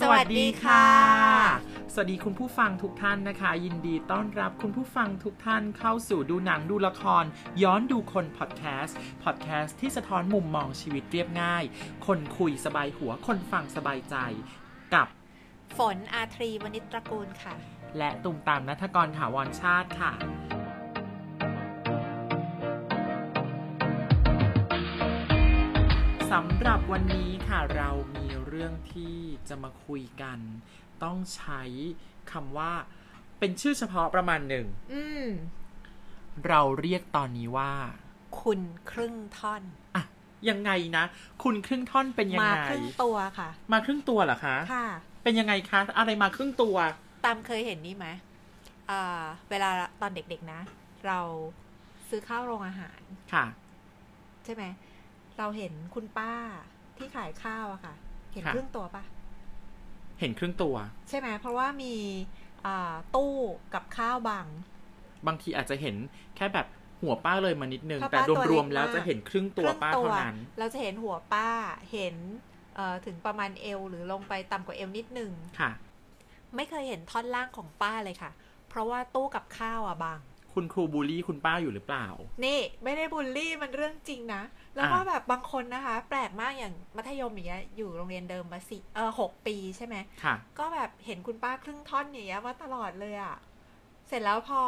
สวัสดีค่ะ สวัสดีคุณผู้ฟังทุกท่านนะคะ ยินดีต้อนรับคุณผู้ฟังทุกท่านเข้าสู่ดูหนังดูละคร ย้อนดูคนพอดแคสต์พอดแคสต์ที่สะท้อนมุมมองชีวิตเรียบง่าย คนคุยสบายหัวคนฟังสบายใจ กับ ฝนอาทรีวณิชตระกูลค่ะ และตุมตามนัทกรถาวรชาติค่ะ สำหรับวันนี้ค่ะเรามีเรื่องที่จะมาคุยกัน ต้องใช้คำว่า เป็นชื่อเฉพาะประมาณหนึ่ง อืม เราเรียกตอนนี้ว่า คุณครึ่งท่อน อ่ะ ยังไงนะ คุณครึ่งท่อนเป็นยัง มา ไง ครึ่งตัวค่ะ มาครึ่งตัวเหรอคะ ค่ะ เป็นยังไงคะ อะไรมาครึ่งตัว ตามเคยเห็นนี่ไหมเอ่อเวลาตอนเด็กๆนะ เราซื้อข้าวโรงอาหาร ค่ะ ใช่ไหม เราเห็นคุณป้าที่ขายข้าวอะค่ะ เห็น ค่ะ ครึ่งตัวปะ เห็นครึ่งตัว ใช่ไหม เพราะว่ามีเอ่อตู้กับข้าวบัง บางทีอาจจะเห็นแค่แบบหัวป้าเลยมานิดนึง เพราะ แต่ ป้าตัวเล็ก รวมๆแล้ว มาก จะเห็นครึ่งตัวป้าเท่านั้น เราจะเห็นหัวป้า เห็นเอ่อถึงประมาณเอวหรือลงไปต่ำกว่าเอวนิดหนึ่ง ค่ะ ไม่เคยเห็นท่อนล่างของป้าเลยค่ะ เพราะว่าตู้กับข้าวอ่ะบาง คุณครูบูลลี่คุณป้าอยู่หรือเปล่า นี่ ไม่ได้บูลลี่มันเรื่องจริงนะ แล้ว อ่ะ ว่าแบบบางคนนะคะ แปลกมากอย่างมัธยมอย่างเงี้ยอยู่โรงเรียนเดิมมาสิเออหกปีใช่ไหม ค่ะ ก็แบบเห็นคุณป้าครึ่งท่อนอย่างเงี้ยมาตลอดเลยอะ่ะ เสร็จแล้วพอ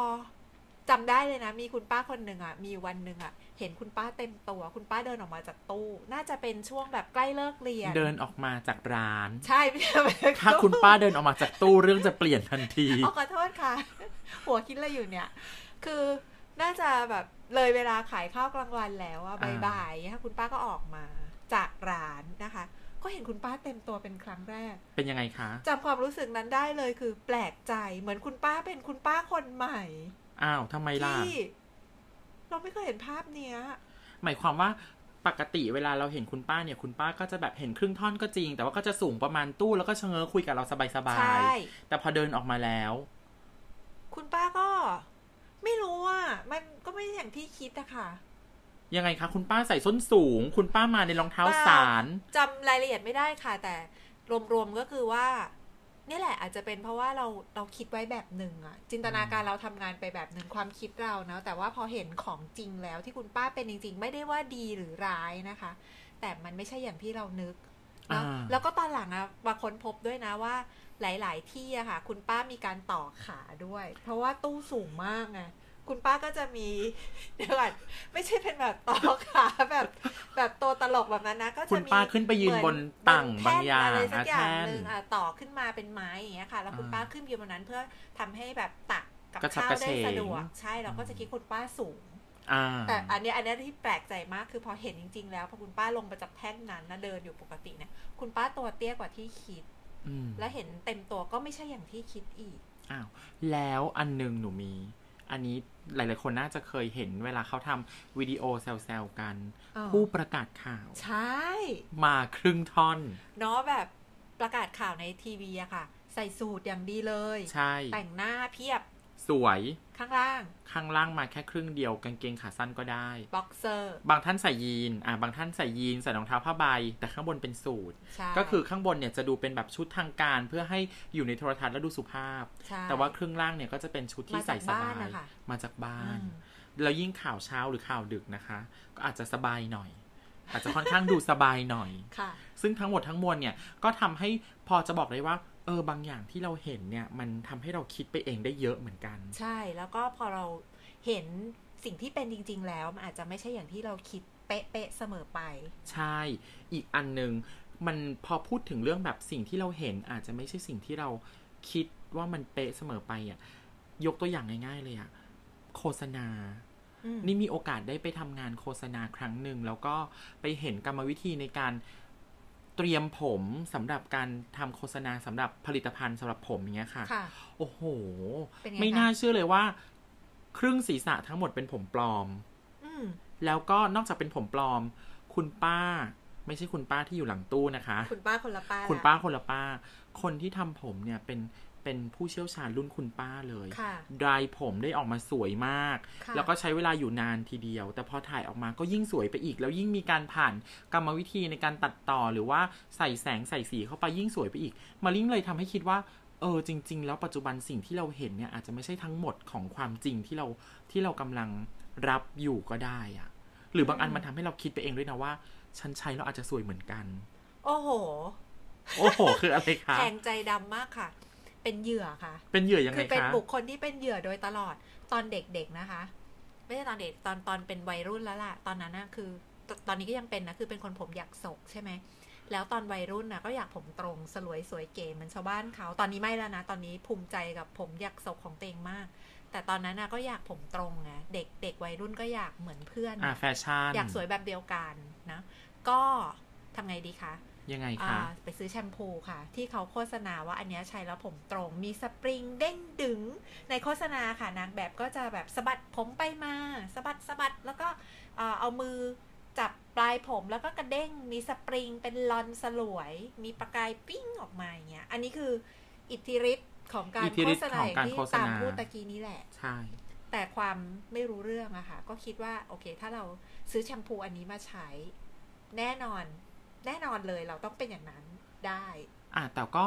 จำได้เลยนะ มีคุณป้าคนหนึ่งอะ่ะ มีวันหนึ่งอะ่ะ เห็นคุณป้าเต็มตัว คุณป้าเดินออกมาจากตู้ น่าจะเป็นช่วงแบบใกล้เลิกเรียน เดินออกมาจากร้าน ใช่ ไม่ใช่ไม่ใช่ ถ้าคุณป้าเดินออกมาจากตู้เรื่องจะเปลี่ยนทันที อ๋อขอโทษค่ะ หัวคิดอะไรอยู่เนี่ย คือน่าจะแบบเลยเวลาขายข้าวกลางวันแล้วอะ อ่า บ่ายๆอย่างเงี้ยค่ะคุณป้าก็ออกมาจากร้านนะคะ ก็เห็นคุณป้าเต็มตัวเป็นครั้งแรก เป็นยังไงคะ จำความรู้สึกนั้นได้เลยคือแปลกใจเหมือนคุณป้าเป็นคุณป้าคนใหม่ อ้าวทำไมล่ะ ที่เราไม่เคยเห็นภาพเนี้ย หมายความว่าปกติเวลาเราเห็นคุณป้าเนี่ย คุณป้าก็จะแบบเห็นครึ่งท่อนก็จริง แต่ว่าก็จะสูงประมาณตู้แล้วก็ชะเง้อคุยกับเราสบา ใช่ ยๆ แต่พอเดินออกมาแล้ว คุณป้าก็ ไม่รู้อ่ะมันก็ไม่ใช่อย่างที่คิดอะค่ะ ยังไงคะคุณป้าใส่ส้นสูง คุณป้ามาในรองเท้าสาร จำรายละเอียดไม่ได้ค่ะ แต่รวมๆก็คือว่า นี่แหละ อาจจะเป็นเพราะว่าเราเราคิดไว้แบบหนึ่งอะจินตนาการเราทำงานไปแบบหนึ่งความคิดเรานะแต่ว่าพอเห็นของจริงแล้วที่คุณป้าเป็นจริง ๆ ไม่ได้ว่าดีหรือร้ายนะคะ แต่มันไม่ใช่อย่างที่เรานึก เนอะ อ่า แล้วก็ตอนหลังอะมาค้นพบด้วยนะว่าหลาย ๆ ที่อะค่ะ คุณป้ามีการต่อขาด้วย เพราะว่าตู้สูงมากไงคุณป้าก็จะมี เดี๋ยวก่อนไม่ใช่เป็นแบบต่อขาแบบแบบตัวตลกแบบนั้นนะก็ คุ จะ ณ มี ป้าขึ้นไปยืนบนต่าง เหมื บา อน งอ แท่น ย่าง อะไรสัก อ่ะ อย่าง แท่หนนึ่งอะต่อขึ้นมาเป็นไม้อย่างเงี้ยค่ะ แล้วคุณ อ่า ป้าขึ้นไปยืนบนนั้นเพื่อทำให้แบบตักกับ กระชับ ข้าว กระ ได้ เฉง สะดวกใช่เราก็จะคิดคุณป้าสูง อ่า แต่อันเนี้ยอันเนี้ยที่แปลกใจมากคือพอเห็นจริง ๆ แล้วพอคุณป้าลงมาจากแท่นนั้นนะเดินอยู่ปกติเนี่ยคุณป้าตัวเตี้ยกว่าที่คิด อืม และเห็นเต็มตัวก็ไม่ใช่อย่างที่คิดอีก อ้าวแล้วอันหนึงหนูมี อันนี้หลาย ๆ คนน่าจะเคยเห็นเวลาเขาทำวิดีโอแซวๆกัน อ๋อ ผู้ประกาศข่าว ใช่ มาครึ่งท่อน เนาะแบบประกาศข่าวในทีวีอะค่ะ ใส่สูตรอย่างดีเลย ใช่ แต่งหน้าเพียบ สวย ข้างล่าง ข้างล่างมาแค่ครึ่งเดียวกางเกงขาสั้นก็ได้ บ็อกเซอร์ บางท่านใส่ยีนอ่าบางท่านใส่ยีนใส่รองเท้าผ้าใบ แต่ข้างบนเป็นสูท ใช่ ก็คือข้างบนเนี่ยจะดูเป็นแบบชุดทางการ เพื่อให้อยู่ในโทรทัศน์และดูสุภาพ ใช่ แต่ว่าครึ่งล่างเนี่ยก็จะเป็นชุดที่ มาจา ใส่ ก ส บ้า บาน ย นะคะ มาจากบ้า อื น ม แล้วยิ่งข่าวเช้าหรือข่าวดึกนะคะ ก็อาจจะสบายหน่อย อาจจะค่อนข้างดูสบายหน่อย ค่ะ ซึ่งทั้งหมดทั้งมวลเนี่ยก็ทำให้พอจะบอกได้ว่า เออบางอย่างที่เราเห็นเนี่ย มันทำให้เราคิดไปเองได้เยอะเหมือนกัน ใช่แล้วก็พอเราเห็นสิ่งที่เป็นจริง ๆ แล้วมันอาจจะไม่ใช่อย่างที่เราคิดเป๊ะๆเสมอไป ใช่ อีกอันหนึ่งมันพอพูดถึงเรื่องแบบสิ่งที่เราเห็น อาจจะไม่ใช่สิ่งที่เราคิดว่ามันเป๊ะเสมอไปอะ่ะยกตัวอย่างง่าย ๆ เลยอะ่ะโฆษณา อืม นี่มีโอกาสได้ไปทำงานโฆษณาครั้งหนึ่ง แล้วก็ไปเห็นกรรมวิธีในการเตรียมผมสำหรับการทำโฆษณาสำหรับผลิตภัณฑ์สำหรับผมอย่างเงี้ยค่ะ ค่ะ โอ้โห เป็นไง ไม่ คะ น่าเชื่อเลยว่า ครึ่งศีรษะทั้งหมดเป็นผมปลอม อืม แล้วก็นอกจากเป็นผมปลอม คุณป้า ไม่ใช่คุณป้าที่อยู่หลังตู้นะคะ คุณป้าคนละป้า คุณ ละ ป้าคนละป้า คนที่ทำผมเนี่ยเป็น เป็นผู้เชี่ยวชาญรุ่นคุณป้าเลย ค่ะ ไดรายผมได้ออกมาสวยมาก ค่ะ แล้วก็ใช้เวลาอยู่นานทีเดียว แต่พอถ่ายออกมาก็ยิ่งสวยไปอีก แล้วยิ่งมีการผ่านกรรมวิธีในการตัดต่อหรือว่าใส่แสงใส่สีเข้าไปยิ่งสวยไปอีก มาลิงเลยทำให้คิดว่า เออจริง ๆ แล้วปัจจุบันสิ่งที่เราเห็นเนี่ยอาจจะไม่ใช่ทั้งหมดของความจริงที่เราที่เรากำลังรับอยู่ก็ได้อะหรือบางอันมันทำให้เราคิดไปเองด้วยนะว่า ฉันใช้แล้วอาจจะสวยเหมือนกัน โอ้โห โอ้โห คืออะไรคะ แทงใจดำมากค่ะ เป็นเหยื่อค่ะ เป็นเหยื่อยัง คื ไง อเป็น คะ บุคคลที่เป็นเหยื่อโดยตลอดตอนเด็กๆนะคะ ไม่ใช่ตอนเด็กตอนตอนเป็นวัยรุ่นแล้วล่ะ ตอนนั้นน่ะคือตตอนนี้ก็ยังเป็นนะคือเป็นคนผมอยากศกใช่ไหมแล้วตอนวัยรุ่นนะก็อยากผมตรงสลวยสวยเก๋เหมือนชาวบ้านเขา ตอนนี้ไม่แล้วนะ ตอนนี้ภูมิใจกับผมอยากศกของตัวเองมาก แต่ตอนนั้นนะก็อยากผมตรงไงเด็กเด็กวัยรุ่นก็อยากเหมือนเพื่อน อ่าแฟชั่น อยากสวยแบบเดียวกันนะ ก็ทำไงดีคะ ยังไง อ่า คะ ไปซื้อแชมพูค่ะ ที่เขาโฆษณาว่าอันเนี้ยใช้แล้วผมตรงมีสปริงเด้งดึง ในโฆษณาค่ะนางแบบก็จะแบบสะบัดผมไปมาสะบัดสะบัดแล้วก็เอ่อเอามือจับปลายผมแล้วก็กระเด้งมีสปริงเป็นลอนสลวย มีประกายปิ้งออกมาอย่างเงี้ยอันนี้คืออิทธิฤทธิ์ของการ อิทธิ โฆ ฤทธิ์ ษณา ของ อย่าง การ ที่ โฆษณา ตามพูดตะกี้นี้แหละ ใช่ แต่ความไม่รู้เรื่องอะค่ะ ก็คิดว่าโอเค ถ้าเราซื้อแชมพูอันนี้มาใช้ แน่นอน แน่นอนเลยเราต้องเป็นอย่างนั้นได้ อ่าแต่ก็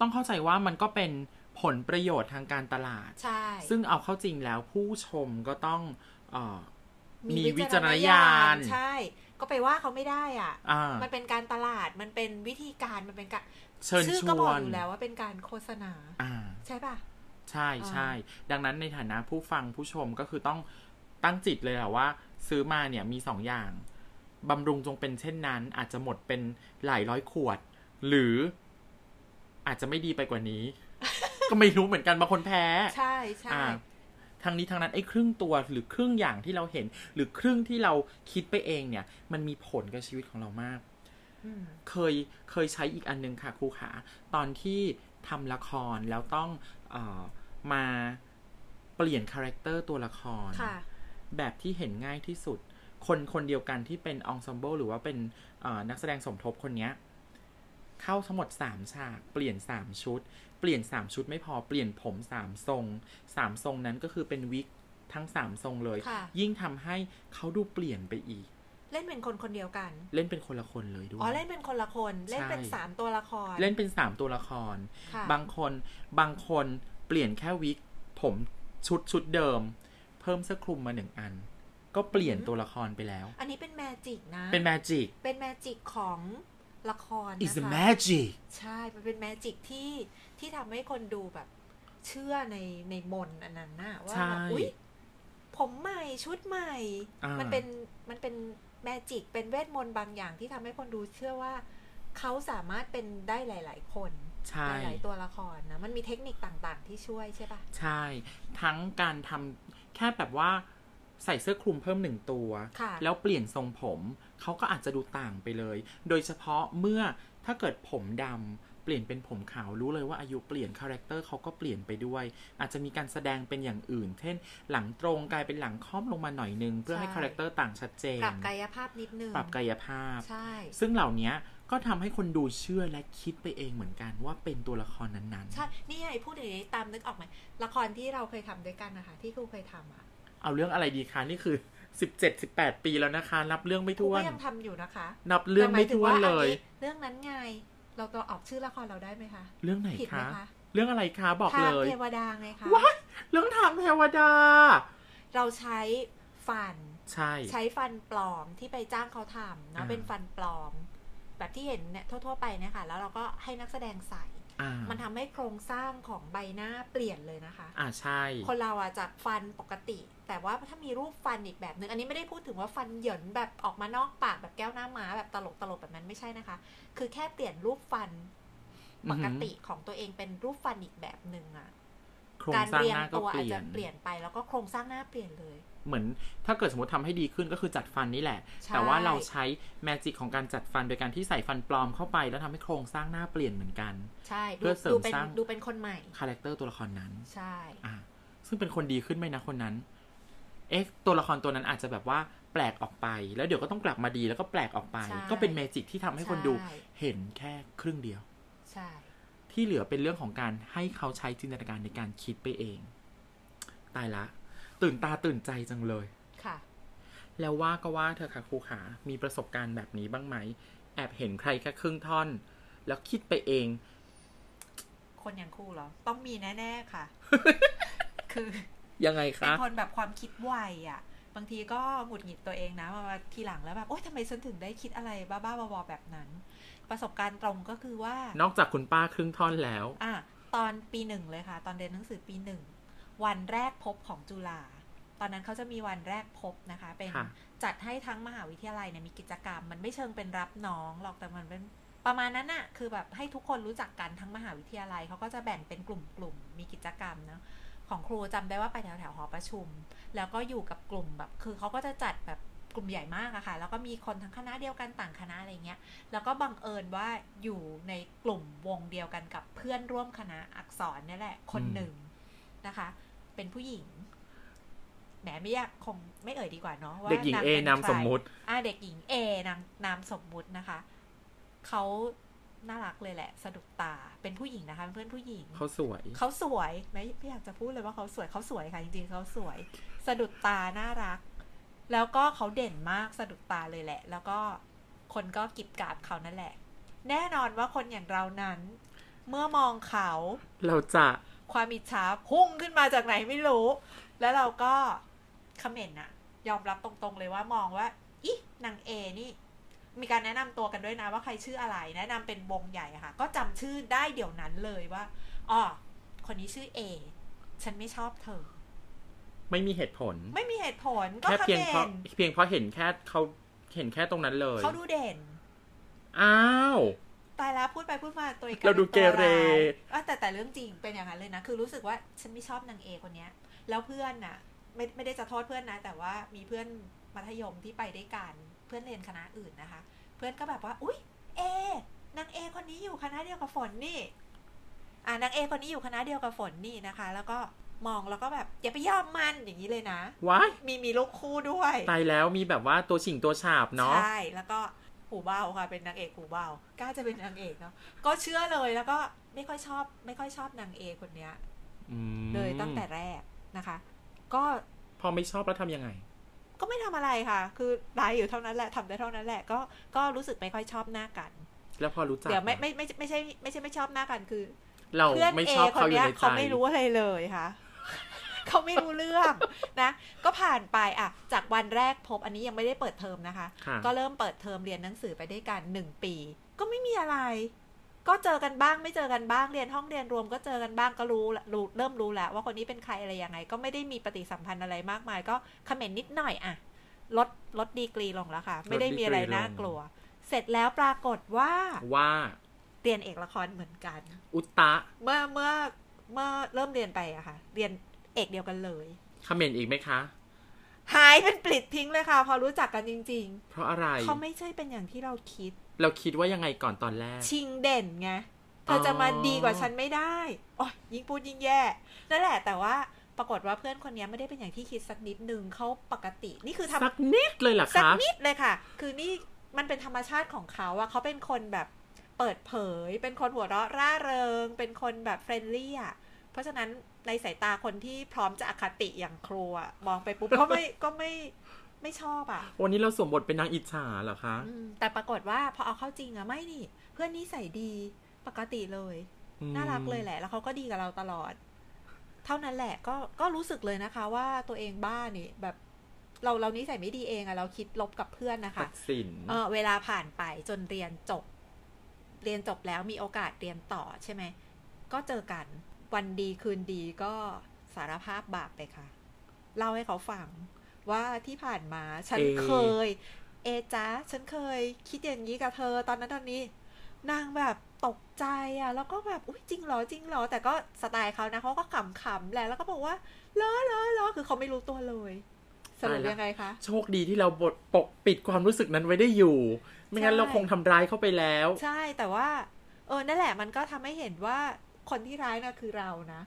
ต้องเข้าใจว่ามันก็เป็นผลประโยชน์ทางการตลาด ใช่ ซึ่งเอาเข้าจริงแล้วผู้ชมก็ต้องเอ่อ มีวิจารณญาณ ใช่ ก็ไปว่าเขาไม่ได้อ่ะ อ่า มันเป็นการตลาดมันเป็นวิธีการมันเป็นการ เชิญ ชื่อ ช ก็บ ว อก น อยู่แล้วว่าเป็นการโฆษณา อ่า ใช่ป่ะ ใช่ใช่ดังนั้นในฐานะผู้ฟังผู้ชมก็คือต้องตั้งจิตเลยแหละว่า ซื้อมาเนี่ยมีสองอย่างบำรุงจงเป็นเช่นนั้น อาจจะหมดเป็นหลายร้อยขวด หรืออาจจะไม่ดีไปกว่านี้ ก็ไม่รู้เหมือนกันบางคนแพ้ ใช่ใช่ อ่าทางนี้ทางนั้นไอ้ครึ่งตัวหรือครึ่งอย่างที่เราเห็น หรือครึ่งที่เราคิดไปเองเนี่ย มันมีผลกับชีวิตของเรามาก อืม เคยเคยใช้อีกอันหนึงค่ะครูขาตอนที่ทำละครแล้วต้องเออมาเปลี่ยนคาแรคเตอร์ตัวละคร ค่ะ แบบที่เห็นง่ายที่สุด คนคนเดียวกันที่เป็นองซอมเบิลหรือว่าเป็นเอ่อนักแสดงสมทบคนเนี้ย เข้าทั้งหมด 3 ฉาก เปลี่ยน 3 ชุด เปลี่ยน 3 ชุดไม่พอเปลี่ยนผม 3 ทรง 3 ทรงนั้นก็คือเป็นวิกทั้ง 3 ทรงเลย ค่ะ ยิ่งทำให้เขาดูเปลี่ยนไปอีก เล่นเป็นคนคนเดียวกัน เล่นเป็นคนละคนเลยด้วย อ๋อ เล่นเป็นคนละคน เล่นเป็น ใช่ สามตัวละคร เล่นเป็นสามตัวละคร ค่ะ บางคนบางคนเปลี่ยนแค่วิกผมชุดชุดเดิม เพิ่มเสื้อคลุมมาหนึ่งอัน ก็เปลี่ยนตัวละครไปแล้ว อันนี้เป็นแมจิกนะ เป็นแมจิก เป็นแมจิกของละคร is นะ a คะ magic ใช่ มันเป็นแมจิกที่ที่ทำให้คนดูแบบ เชื่อในในมนต์อันนั้นน่ะว่า ใช่ แบบอุ๊ย ผมใหม่ชุดใหม่ อ่ามั มันเป็นมันเป็นแมจิกเป็นเวทมนต์บางอย่างที่ทำให้คนดูเชื่อว่า เขาสามารถเป็นได้หลาย ๆ คน ใช่ หลาย ๆ ตัวละครนะ มันมีเทคนิคต่างๆ ที่ช่วยใช่ปะ ใช่ ทั้งการทำแค่แบบว่าใส่เสื้อคลุมเพิ่มหนึ่งตัว ค่ะ แล้วเปลี่ยนทรงผม เขาก็อาจจะดูต่างไปเลย โดยเฉพาะเมื่อถ้าเกิดผมดำเปลี่ยนเป็นผมขาวรู้เลยว่าอายุเปลี่ยนคาแรคเตอร์เขาก็เปลี่ยนไปด้วย อาจจะมีการแสดงเป็นอย่างอื่น เช่น หลังตรงกลายเป็นหลังค่อมลงมาหน่อยนึง เพื่อให้ ใช่ คาแรคเตอร์ต่างชัดเจน ปรับกายภาพนิดนึง ปรับกายภาพ ใช่ ซึ่งเหล่านี้ก็ทำให้คนดูเชื่อและคิดไปเองเหมือนกันว่าเป็นตัวละครนั้น ใช่ นี่ไงพูดอย่างนี้ตามนึกออกไหมละครที่เราเคยทำด้วยกันนะคะที่ครูเคยทำอ่ะ ๆ เอาเรื่องอะไรดีคะนี่คือ 17-18 ปีแล้วนะคะ รับเรื่องไม่ ครู ท้ว ก็ น ยังทำอยู่นะคะ นับเรื่องไม่ แต่หายถึ ท้วน งา เล อั ย เรื่องนั้นไง เราจะออกชื่อละครเราได้ไหมคะ เรื่องไหน ผิดไหม คะ คะ เรื่องอะไรคะบอก ทา เล ง ย เทวดาไงคะ ว้ายเรื่องทางเทวดา เราใช้ฟัน ใช่ ใช้ฟันปลอมที่ไปจ้างเขาทำเนาะ อ่า เป็นฟันปลอม แบบที่เห็นเนี่ยทั่ว ๆ ไปเนะคะแล้วเราก็ให้นักแสดงใส่ อ่า มันทำให้โครงสร้างของใบหน้าเปลี่ยนเลยนะคะ อ่าใช่ คนเราอะจากฟันปกติ แต่ว่าถ้ามีรูปฟันอีกแบบหนึ่งอันนี้ไม่ได้พูดถึงว่าฟันเหยินแบบออกมานอกปากแบบแก้วหน้าม้าแบบตลกตลกๆแบบนั้นไม่ใช่นะคะ คือแค่เปลี่ยนรูปฟัน ปกติของตัวเองเป็นรูปฟันอีกแบบหนึ่งอะ โครง การ สร้าง เรียง หน้าก็ ตัว เป อาจ ลี่ย จะ น เปลี่ยนไปแล้วก็โครงสร้างหน้าเปลี่ยนเลย เหมือนถ้าเกิดสมมติทำให้ดีขึ้นก็คือจัดฟันนี่แหละ ใช่ แต่ว่าเราใช้แมจิกของการจัดฟันโดยการที่ใส่ฟันปลอมเข้าไป แล้วทำให้โครงสร้างหน้าเปลี่ยนเหมือนกัน ใช่ เพื่ ดู อเสริม ดูเป็น สร้าง ดูเป็นคนใหม่ คาแรคเตอร์ตัวละครนั้น ใช่ อ่า ซึ่งเป็นคนดีขึ้นไหมนะคนนั้น เอ๊ะตัวละครตัวนั้นอาจจะแบบว่าแปลกออกไป แล้วเดี๋ยวก็ต้องกลับมาดีแล้วก็แปลกออกไป ก็เป็นแมจิกที่ทำให้คนดู ใช่ เห็นแค่ครึ่งเดียว ใช่ ท ที่เหลือเป็นเรื่องของการให้เขาใช้จินตนาการในการคิดไปเอง ตายละ ตื่นตาตื่นใจจังเลย ค่ะ แล้วว่าก็ว่าเธอะค่ะครูขามีประสบการณ์แบบนี้บ้างไหม แอบเห็นใครแค่ครึ่งท่อน แล้วคิดไปเอง คนอย่างครูเหรอ ต้องมีแน่ ๆค่ะ คือ ยังไง เป็น คะ คนแบบความคิดไวอ่ะ บางทีก็หงุดหงิดตัวเองนะมาทีหลังแล้วแบบ โอ๊ยทำไมฉันถึงได้คิดอะไรบ้าๆบอๆแบบนั้น ประสบการณ์ตรงก็คือว่า นอกจากคุณป้าครึ่งท่อนแล้ว อ่ะตอนปีหนึ่งเลยค่ะ ตอนเรียนหนังสือปีหนึ่ง วันแรกพบของจุฬาตอนนั้นเขาจะมีวันแรกพบนะคะ เป็น ค่ะ จัดให้ทั้งมหาวิทยาลัยเนี่ยมีกิจกรรม มันไม่เชิงเป็นรับน้องหรอกแต่มันเป็นประมาณนั้นอะคือแบบให้ทุกคนรู้จักกันทั้งมหาวิทยาลัยเขาก็จะแบ่งเป็นกลุ่มๆมีกิจกรรมเนอะของครูจำได้ว่าไปแถวแถวๆหอประชุม แล้วก็อยู่กับกลุ่มแบบ คือเขาก็จะจัดแบบกลุ่มใหญ่มากอะค่ะ แล้วก็มีคนทั้งคณะเดียวกันต่างคณะอะไรเงี้ย แล้วก็บังเอิญว่าอยู่ในกลุ่มวงเดียวกันกับเพื่อนร่วมคณะอักษรเนี่ยแหละ คนหนึ่งนะคะ เป็นผู้หญิงแหมไม่อยากคงไม่เอ่ยดีกว่าเนาะว่า เด็กหญิง าง เอ ป็ นาม ใคร สมมุติ อ่าเด็กหญิงเอนางนามสมมุตินะคะ เขาน่ารักเลยแหละ สะดุดตาเป็นผู้หญิงนะคะเป็นเพื่อนผู้หญิง เขาสวย เขาสวยไม่ไม่อยากจะพูดเลยว่าเขาสวยเขาสวยค่ะจริงๆเขาสวย สะดุดตาน่ารัก แล้วก็เขาเด่นมากสะดุดตาเลยแหละ แล้วก็คนก็กิบกราบเขานั่นแหละ แน่นอนว่าคนอย่างเรานั้น เมื่อมองเขา เราจะ ความอิจฉาพุ่งขึ้นมาจากไหนไม่รู้ แล้วเราก็คอมเมนต์อะยอมรับตรงๆเลยว่ามองว่าอินางเอนี่ มีการแนะนำตัวกันด้วยนะว่าใครชื่ออะไร แนะนำเป็นวงใหญ่อะค่ะ ก็จำชื่อได้เดี๋ยวนั้นเลยว่าอ๋อ คนนี้ชื่อเอ ฉันไม่ชอบเธอ ไม่มีเหตุผล ไม่มีเหตุผลก็ แค่ เขา เพียง เด่ เพราะ น เพียงเพราะเห็นแค่เขาเห็นแค่ตรงนั้นเลย เขาดูเด่น อ้าว ตายแล้วพูดไปพูดมาตัวเอง เราดูเกเร เออแต่แต่เรื่องจริงเป็นอย่างนั้นเลยนะ คือรู้สึกว่าฉันไม่ชอบนางเอคนเนี้ย แล้วเพื่อนน่ะ ไม่ไม่ได้จะโทษเพื่อนนะ แต่ว่ามีเพื่อนมัธยมที่ไปด้วยกันเพื่อนเรียนคณะอื่นนะคะ เพื่อนก็แบบว่า อุ๊ย เอนางเอคนนี้อยู่คณะเดียวกับฝนนี่ อ่านางเอคนนี้อยู่คณะเดียวกับฝนนี่นะคะ แล้วก็มองแล้วก็แบบอย่าไปยอมมันอย่างนี้เลยนะ ว้าย มีมีลูกคู่ด้วย ตายแล้วมีแบบว่าตัวฉิงตัวฉาบเนาะ ใช่ แล้วก็หูเบาค่ะ เป็นนางเอกหูเบากล้าจะเป็นนางเอกเนาะ ก็เชื่อเลยแล้วก็ไม่ค่อยชอบ ไม่ค่อยชอบนางเอกคนเนี้ย อืม เลยตั้งแต่แรกนะคะ ก็ พอไม่ชอบแล้วทำยังไง ก็ไม่ทำอะไรค่ะ คือร้ายอยู่เท่านั้นแหละทำได้เท่านั้นแหละ ก็ก็รู้สึกไม่ค่อยชอบหน้ากัน แล้วพอรู้จัก เดี๋ยวไม่ไม่ไม่ไม่ใช่ไม่ใช่ไม่ชอบหน้ากันคือ เรา เพื่อน ไม่ เอ ชอบ คน เขาอยู่ เนี้ย ในใจ เขาไม่รู้อะไรเลยค่ะ เขาไม่รู้เรื่องนะ ก็ผ่านไปอ่ะ จากวันแรกพบอันนี้ยังไม่ได้เปิดเทอมนะคะ ค่ะ ก็เริ่มเปิดเทอมเรียนหนังสือไปด้วยกันหนึ่งปี ก็ไม่มีอะไร ก็เจอกันบ้างไม่เจอกันบ้างเรียนห้องเรียนรวมก็เจอกันบ้างก็รู้ละรู้เริ่มรู้แล้วว่าคนนี้เป็นใครอะไรยังไง ก็ไม่ได้มีปฏิสัมพันธ์อะไรมากมาย ก็คอมเมนต์นิดหน่อยอะลดลดดีกรีลงแล้วค่ะ ไม่ได้มีอะไรน่ากลัว เสร็จแล้วปรากฏว่า ว่า เรียนเอกละครเหมือนกัน อุตตะ เมื่อเมื่อเมื่อเริ่มเรียนไปอะค่ะ เรียนเอกเดียวกันเลย คอมเมนต์อีกไหมคะ หายเป็นปลิดทิ้งเลยค่ะ พอรู้จักกันจริง เพราะอะไร ๆ เขาไม่ใช่เป็นอย่างที่เราคิด เราคิดว่ายังไงก่อนตอนแรก ชิงเด่นไง เธ อ๋ อ อ จะมาดีกว่าฉันไม่ได้โอ้ยยิ่งพูดยิ่งแย่ นั่นแหละ แต่ว่าปรากฏว่าเพื่อนคนนี้ไม่ได้เป็นอย่างที่คิดสักนิดนึงเขาปกติ นี่คือทำ สักนิดเลยเหรอ สัก คะ นิดเลยค่ะ คือนี่มันเป็นธรรมชาติของเขาอะเขาเป็นคนแบบเปิดเผย เป็นคนหัวเราะร่าเริง เป็นคนแบบเฟรนลี่อะเพราะฉะนั้นในสายตาคนที่พร้อมจะอคติอย่างครูอะมองไปปุ๊บก็ ไม่ก็ไม่ไม่ชอบอะ วันนี้เราสวมบทเป็นนางอิจฉาเหรอคะ อืมแต่ปรากฏว่าพอเอาเข้าจริงอะไม่นี่ เพื่อนนิสัยดีปกติเลย น่ารักเลยแหละ แล้วเขาก็ดีกับเราตลอด เท่านั้นแหละ ก็ก็รู้สึกเลยนะคะ ว่าตัวเองบ้านี่แบบ เราเรานิสัยไม่ดีเองอะเราคิดลบกับเพื่อนนะคะ ตัดสิน เออเวลาผ่านไปจนเรียนจบ เรียนจบแล้วมีโอกาสเรียนต่อใช่ไหม ก็เจอกัน วันดีคืนดีก็สารภาพบาปไปค่ะ เล่าให้เขาฟังว่าที่ผ่านมาฉัน เอ เคย เอจ้าฉันเคยคิดอย่างนี้กับเธอตอนนั้นตอนนี้ นางแบบตกใจอ่ะ แล้วก็แบบอุ้ยจริงเหรอจริงเหรอ แต่ก็สไตล์เขานะเขาก็ขำๆแหละแล้วก็บอกว่าเหรอเหรอเหรอคือเขาไม่รู้ตัวเลยสรุปยังไงคะ โชคดีที่เราบทปกปิดความรู้สึกนั้นไว้ได้อยู่ ไม่งั้น ใช่ เราคงทำร้ายเข้าไปแล้ว ใช่แต่ว่า เออนั่นแหละมันก็ทำให้เห็นว่าคนที่ร้ายน่ะคือเรานะ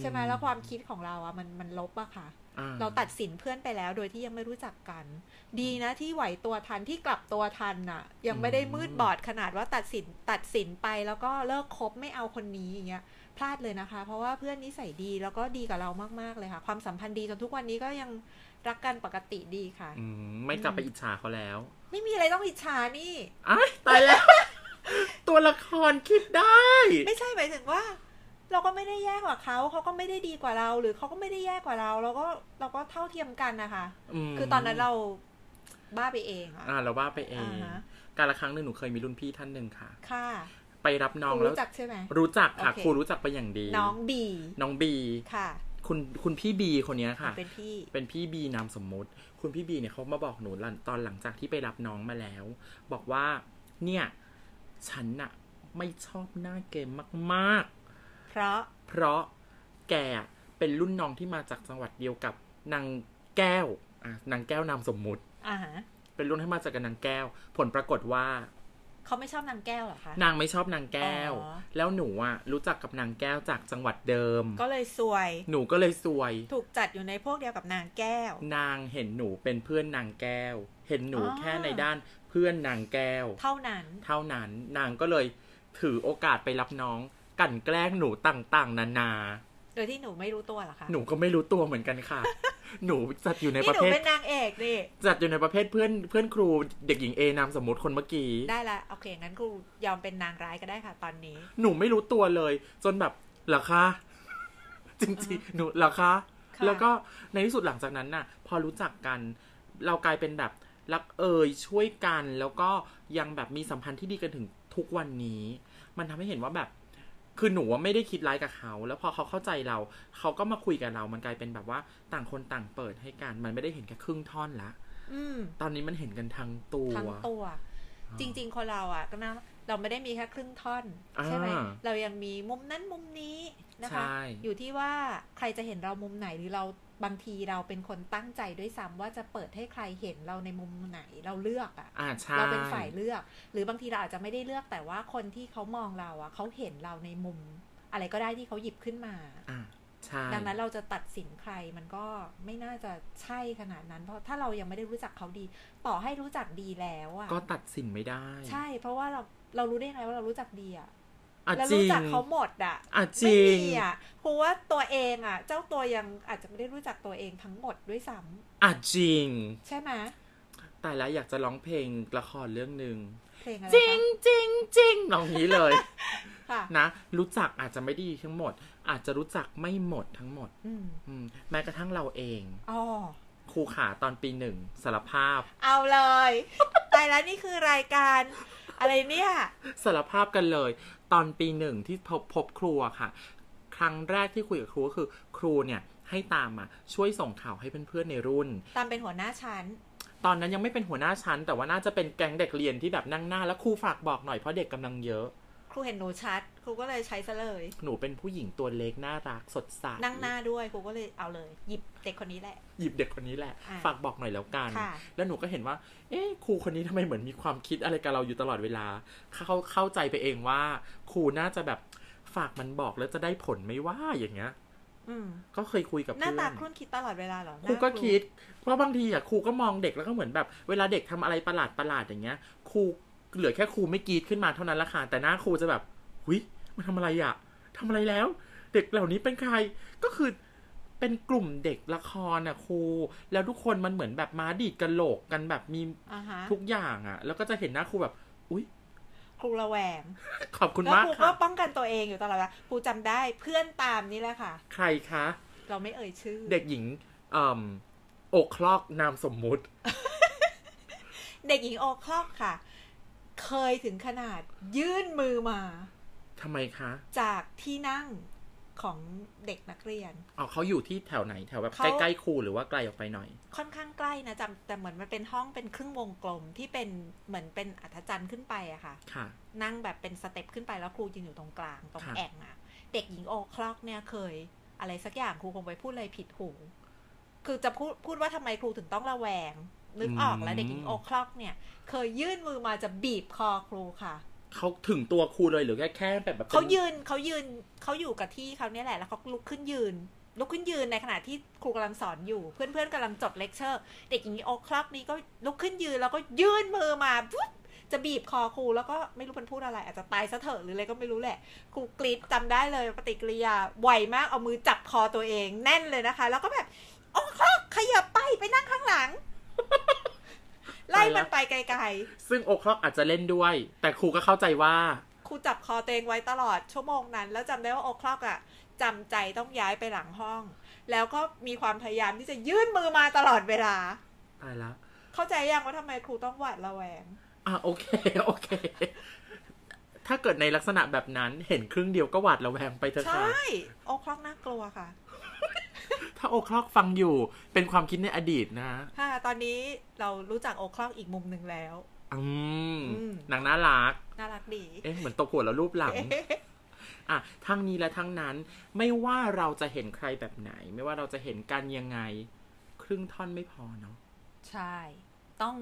ใช่ไหมแล้วความคิดของเราอะมันมันลบอะค่ะ อ่ เราตัดสินเพื่อนไปแล้วโดยที่ยังไม่รู้จักกัน ดีนะที่ไหวตัวทันที่กลับตัวทันน่ะ ยังไม่ได้มืดบอดขนาดว่าตัดสินตัดสินไปแล้วก็เลิกคบไม่เอาคนนี้อย่างเงี้ยพลาดเลยนะคะ เพราะว่าเพื่อนนิสัยดีแล้วก็ดีกับเรามากๆเลยค่ะ ความสัมพันธ์ดีจนทุกวันนี้ก็ยังรักกันปกติดีค่ะ อืมไม่กลับไปอิจฉาเขาแล้ว ไม่มีอะไรต้องอิจฉานี่ อ้ายตายแล้ว ตัวละครคิดได้ ไม่ใช่หมายถึงว่า เราก็ไม่ได้แย่กว่าเขาเขาก็ไม่ได้ดีกว่าเรา หรือเขาก็ไม่ได้แย่กว่าเรา เราก็เราก็เท่าเทียมกันนะคะ ม คือตอนนั้นเราบ้าไปเองอะ อ่าเราว่าไปเอง อ่าฮะ การละครั้งหนึ่งหนูเคยมีรุ่นพี่ท่านหนึ่งค่ะ ค่ะ ไปรับน้อง คุณ แล้ว รู้จักใช่ไหม รู้จักค่ะ โอเค ครูรู้จักไปนอย่างดี น้องบี น้องบี ค่ะ คุณคุณพี่บีคนเนี้ยค่ะ เป็นพี่ เป็นพี่บีนามสมมุติ คุณพี่บีเนี่ยเขามาบอกหนูหลังตอนหลังจากที่ไปรับน้องมาแล้ว บอกว่า เนี่ย ฉันน่ะ ไม่ชอบหน้าเกมมาก เพราะ ๆ เพราะแกเป็นรุ่นน้องที่มาจากจังหวัดเดียวกับนางแก้วอ่ะนางแก้วนามสมมุติ อ่าฮะ เป็นรุ่นที่มาจากกับนางแก้ว ผลปรากฏว่า เขาไม่ชอบนางแก้วเหรอคะ นางไม่ชอบนางแก้ว อ๋อ แล้วหนูอ่ะรู้จักกับนางแก้วจากจังหวัดเดิม ก็เลยซวย หนูก็เลยซวย ถูกจัดอยู่ในพวกเดียวกับนางแก้ว นางเห็นหนูเป็นเพื่อนนางแก้ว เห็นหนู อ๋อ แค่ในด้านเพื่อนนางแก้ว เท่านั้น เท่านั้นนางก็เลยถือโอกาสไปรับน้องกลั่นแกล้งหนูต่างๆ นานา โดยที่หนูไม่รู้ตัวเหรอคะ หนูก็ไม่รู้ตัวเหมือนกัน ค่ะ หนูจัดอยู่ในป นี่ ระ หนู เภท เป็นนางเอกนี่ จัดอยู่ในประเภทเพื่อนเพื่อนครูเด็กหญิงเอนามสมมติคนเมื่อกี้ ได้ละ โอเค งั้นกูยอมเป็นนางร้ายก็ได้ค่ะ ตอนนี้ หนูไม่รู้ตัวเลย จนแบบเหรอคะ จริงๆหนูเหรอคะ ค่ะ แล้วก็ในที่สุดหลังจากนั้นน่ะ พอรู้จักกัน เรากลายเป็นแบบรักเอ่ยช่วยกัน แล้วก็ยังแบบมีสัมพันธ์ที่ดีกันถึงทุกวันนี้ มันทำให้เห็นว่าแบบ คือหนูว่าไม่ได้คิดร้ายกับเขา แล้วพอเขาเข้าใจเรา เขาก็มาคุยกับเรา มันกลายเป็นแบบว่าต่างคนต่างเปิดให้กัน มันไม่ได้เห็นแค่ครึ่งท่อนละ อืม ตอนนี้มันเห็นกันทั้งตัว ทั้งตัว จริง ๆ คนเราอ่ะก็นะเราไม่ได้มีแค่ครึ่งท่อน อ่า ใช่ไหมเรายังมีมุมนั้นมุมนี้นะคะ ใช่ อยู่ที่ว่าใครจะเห็นเรามุมไหนหรือเราบางทีเราเป็นคนตั้งใจด้วยซ้ำว่าจะเปิดให้ใครเห็นเราในมุมไหนเราเลือกอ่ะ อ่าใช่ เราเป็นฝ่ายเลือก หรือบางทีเราอาจจะไม่ได้เลือกแต่ว่าคนที่เขามองเราอ่ะเขาเห็นเราในมุม อะไรก็ได้ที่เขาหยิบขึ้นมา อ่าใช่ ดังนั้นเราจะตัดสินใครมันก็ไม่น่าจะใช่ขนาดนั้น เพราะถ้าเรายังไม่ได้รู้จักเขาดี ต่อให้รู้จักดีแล้วอ่ะ ก็ตัดสินไม่ได้ ใช่ เพราะว่าเราเรารู้ได้ยังไงว่าเรารู้จักดีอ่ะ อ่ะ แล้ว จริ รู้ ง จักเขาหมดอ่ะ อ่ะจ ไม่ ริง มีอ่ะเพราะว่าตัวเองอ่ะ เจ้าตัวยังอาจจะไม่ได้รู้จักตัวเองทั้งหมดด้วยซ้ำ อ่ะจริง ใช่ไหม แต่แล้วอยากจะร้องเพลงละครเรื่องหนึ่ง เพลงอะไร จริง คะ จริงจริงร้องนี้เลย ค่ะ นะ รู้จักอาจจะไม่ดีทั้งหมด อาจจะรู้จักไม่หมดทั้งหมด อืม อืมแม้กระทั่งเราเอง อ๋อ ครูขาตอนปีหนึ่งสารภาพ เอาเลย ตายแล้วนี่คือรายการ อะไรเนี่ย สารภาพกันเลย ตอนปีหนึ่งที่พบพบครูอะค่ะ ครั้งแรกที่คุยกับครูก็คือ ครูเนี่ยให้ตามมาช่วยส่งข่าวให้เพื่อนๆในรุ่น ตามเป็นหัวหน้าชั้น ตอนนั้นยังไม่เป็นหัวหน้าชั้น แต่ว่าน่าจะเป็นแก๊งเด็กเรียนที่แบบนั่งหน้าแล้วครูฝากบอกหน่อยเพราะเด็กกำลังเยอะ ครูเห็นหนูชัด ครูก็เลยใช้ซะเลย หนูเป็นผู้หญิงตัวเล็กน่ารักสดใส นั่งหน้าด้วยครูก็เลยเอาเลย หยิบเด็กคนนี้แหละ หยิบเด็กคนนี้แหละ อ่ะ ฝากบอกหน่อยแล้วกัน ค่ะ แล้วหนูก็เห็นว่า เอ๊ะครูคนนี้ทำไมเหมือนมีความคิดอะไรกับเราอยู่ตลอดเวลา เขาเข้าใจไปเองว่า ครูน่าจะแบบฝากมันบอกแล้วจะได้ผลไหม่ว่าอย่างเงี้ย อืม ก็เคยคุยกับ หน้า เพื่อ ตาน ครุ่นคิดตลอดเวลาเหรอห ครู น้า ก็คิดเพราะบางทีอะครูก็มองเด็กแล้วก็เหมือนแบบ เวลาเด็กทำอะไรประหลาดประหลาดๆอย่างเงี้ย ครูเหลือแค่ครูไม่กรีดขึ้นมาเท่านั้นละค่ะแต่หน้าครูจะแบบหุยมันทำอะไรอะทำอะไรแล้ว เด็กเหล่านี้เป็นใครก็คือเป็นกลุ่มเด็กละครอะครู แล้วทุกคนมันเหมือนแบบม้าดีดกันโหลกกันแบบมี อ่าฮะ ทุกอย่างอะแล้วก็จะเห็นหน้าครูแบบ อุ้ย ครูระแวง ขอบคุณ แล้ว มาก ครูก็ ค่ะ ป้องกันตัวเองอยู่ตลอดเวลาครูจำได้เพื่อนตามนี่แหละค่ะ ใครคะ เราไม่เอ่ยชื่อ เด็กหญิงเอ่มอกคลอกนามสมมุติ เด็กหญิงโอคลอกค่ะ เคยถึงขนาดยื่นมือมา ทำไมคะ จากที่นั่งของเด็กนักเรียน อ๋อเขาอยู่ที่แถวไหนแถวแบบ เขา ใกล้ๆครูหรือว่าไกลออกไปหน่อย ค่อนข้างใกล้นะจำแต่เหมือนมันเป็นห้องเป็นครึ่งวงกลมที่เป็นเหมือนเป็นอัธจันทร์ขึ้นไปอะค่ะ ค่ะ นั่งแบบเป็นสเต็ปขึ้นไปแล้วครูยืนอยู่ตรงกลางตรง ครับ แอ่งอะเด็กหญิงโอคลอกเนี่ยเคย อะไรสักอย่างครูคงไปพูดอะไรผิดหู คือจะพูดพูดว่าทำไมครูถึงต้องระแวง นึกออกแล้วเด็กหญิงโอคลอกเนี่ย เคยยื่นมือมาจะบีบคอครูค่ะ เขาถึงตัวครูเลยหรือแค่แค่แบบแบบป็น เขายืนเขายืนเขาอยู่กับที่เขาเนี่ยแหละแล้วเขาลุกขึ้นยืน ลุกขึ้นยืนในขณะที่ครูกำลังสอนอยู่ เพื่อนๆกำลังจดเลคเชอร์ เด็กหญิงโอคลับนี้ก็ลุกขึ้นยืนแล้วก็ยื่นมือมาปุ๊บจะบีบคอครูแล้วก็ไม่รู้มันพูดอะไร อาจจะตายซะเถอะหรืออะไรก็ไม่รู้แหละ ครูกรีดจำได้เลยปฏิกิริยาไวมากเอามือจับคอตัวเองแน่นเลยนะคะ แล้วก็แบบ โอ้คลับขยับไปไปนั่งข้างห ลัง ไล่มันไปไกลๆ ซึ่งโอคล็อกอาจจะเล่นด้วย แต่ครูก็เข้าใจว่า ครูจับคอเตวเองไว้ตลอดชั่วโมงนั้น แล้วจำได้ว่าโอคลอกอะจำใจต้องย้ายไปหลังห้อง แล้วก็มีความพยายามที่จะยื่นมือมาตลอดเวลา ตายละ เข้าใจยังว่าทำไมครูต้องหวาดระแวง อ่ะโอเค โอเค ถ้าเกิดในลักษณะแบบนั้นเห็นครึ่งเดียวก็หวาดระแวงไปเถอะ ใช ค่ะ ่ โอคลอกน่ากลัวค่ะ ถ้าโอคล็อกฟังอยู่ เป็นความคิดในอดีตนะ ค่ะตอนนี้เรารู้จักโอคลอกอีกมุมหนึ่งแล้ว อืม อืม หนังน่ารัก น่ารักดี เอ๊ะ เหมือนตบหัวแล้วรูปหลัง เอ๊ะ อ่ะทั้งนี้และทั้งนั้น ไม่ว่าเราจะเห็นใครแบบไหน ไม่ว่าเราจะเห็นกันยังไง ครึ่งท่อนไม่พอเนาะ ใช่ ต้อง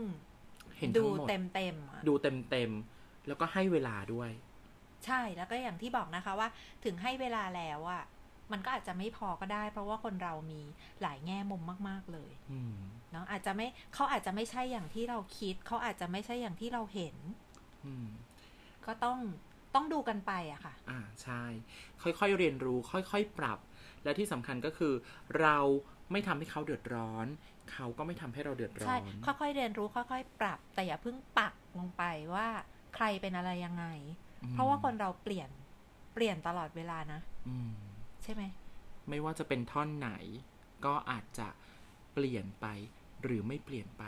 เห็น ดู ทั้งหมด เต็มเต็มๆอะ ดูเต็มเต็มๆแล้วก็ให้เวลาด้วย ใช่แล้วก็อย่างที่บอกนะคะว่าถึงให้เวลาแล้วอะ่ะ มันก็อาจจะไม่พอก็ได้ เพราะว่าคนเรามีหลายแง่มุมมาก ๆ เลย อืม เนาะอาจจะไม่เขาอาจจะไม่ใช่อย่างที่เราคิด เขาอาจจะไม่ใช่อย่างที่เราเห็น อืม ก็ต้องต้องดูกันไปอะค่ะ อ่าใช่ ค่อยๆเรียนรู้ ค่อยๆปรับ และที่สำคัญก็คือ เราไม่ทำให้เขาเดือดร้อน เขาก็ไม่ทำให้เราเดือดร้ ใช่ อน ค่อยๆเรียนรู้ค่อยๆ ปรับ แต่อย่าเพิ่งปักลงไปว่าใครเป็นอะไรยังไง อืม เพราะว่าคนเราเปลี่ยนเปลี่ยนตลอดเวลานะ อืม ใช่ไหม ไม่ว่าจะเป็นท่อนไหน ก็อาจจะเปลี่ยนไป หรือไม่เปลี่ยนไป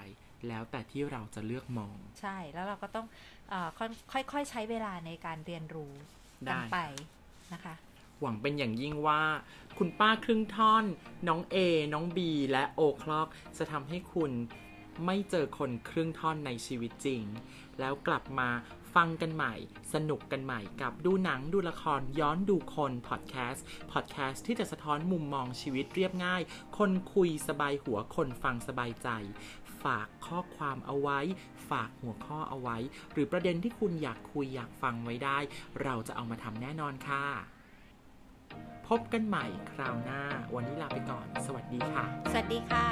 แล้วแต่ที่เราจะเลือกมอง ใช่แล้วเราก็ต้องเออค่อยๆใช้เวลาในการเรียนรู้กัน ได้ ไปนะคะ หวังเป็นอย่างยิ่งว่า คุณป้าครึ่งท่อน น้อง A น้อง B และโอคล็อกจะทำให้คุณไม่เจอคนครึ่งท่อนในชีวิตจริง แล้วกลับมาฟังกันใหม่ สนุกกันใหม่กับดูหนังดูละครย้อนดูคนพอดแคสต์พอดแคสต์ที่จะสะท้อนมุมมองชีวิตเรียบง่าย คนคุยสบายหัวคนฟังสบายใจ ฝากข้อความเอาไว้ ฝากหัวข้อเอาไว้ หรือประเด็นที่คุณอยากคุยอยากฟังไว้ได้ เราจะเอามาทำแน่นอนค่ะ พบกันใหม่คราวหน้า วันนี้ลาไปก่อน สวัสดีค่ะ สวัสดีค่ะ